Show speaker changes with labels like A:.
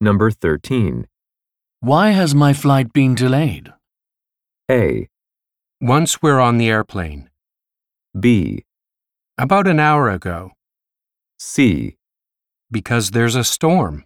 A: Number 13.
B: Why has my flight been delayed?
A: A.
C: Once we're on the airplane.
A: B.
C: About an hour ago,
A: C.
C: because there's a storm.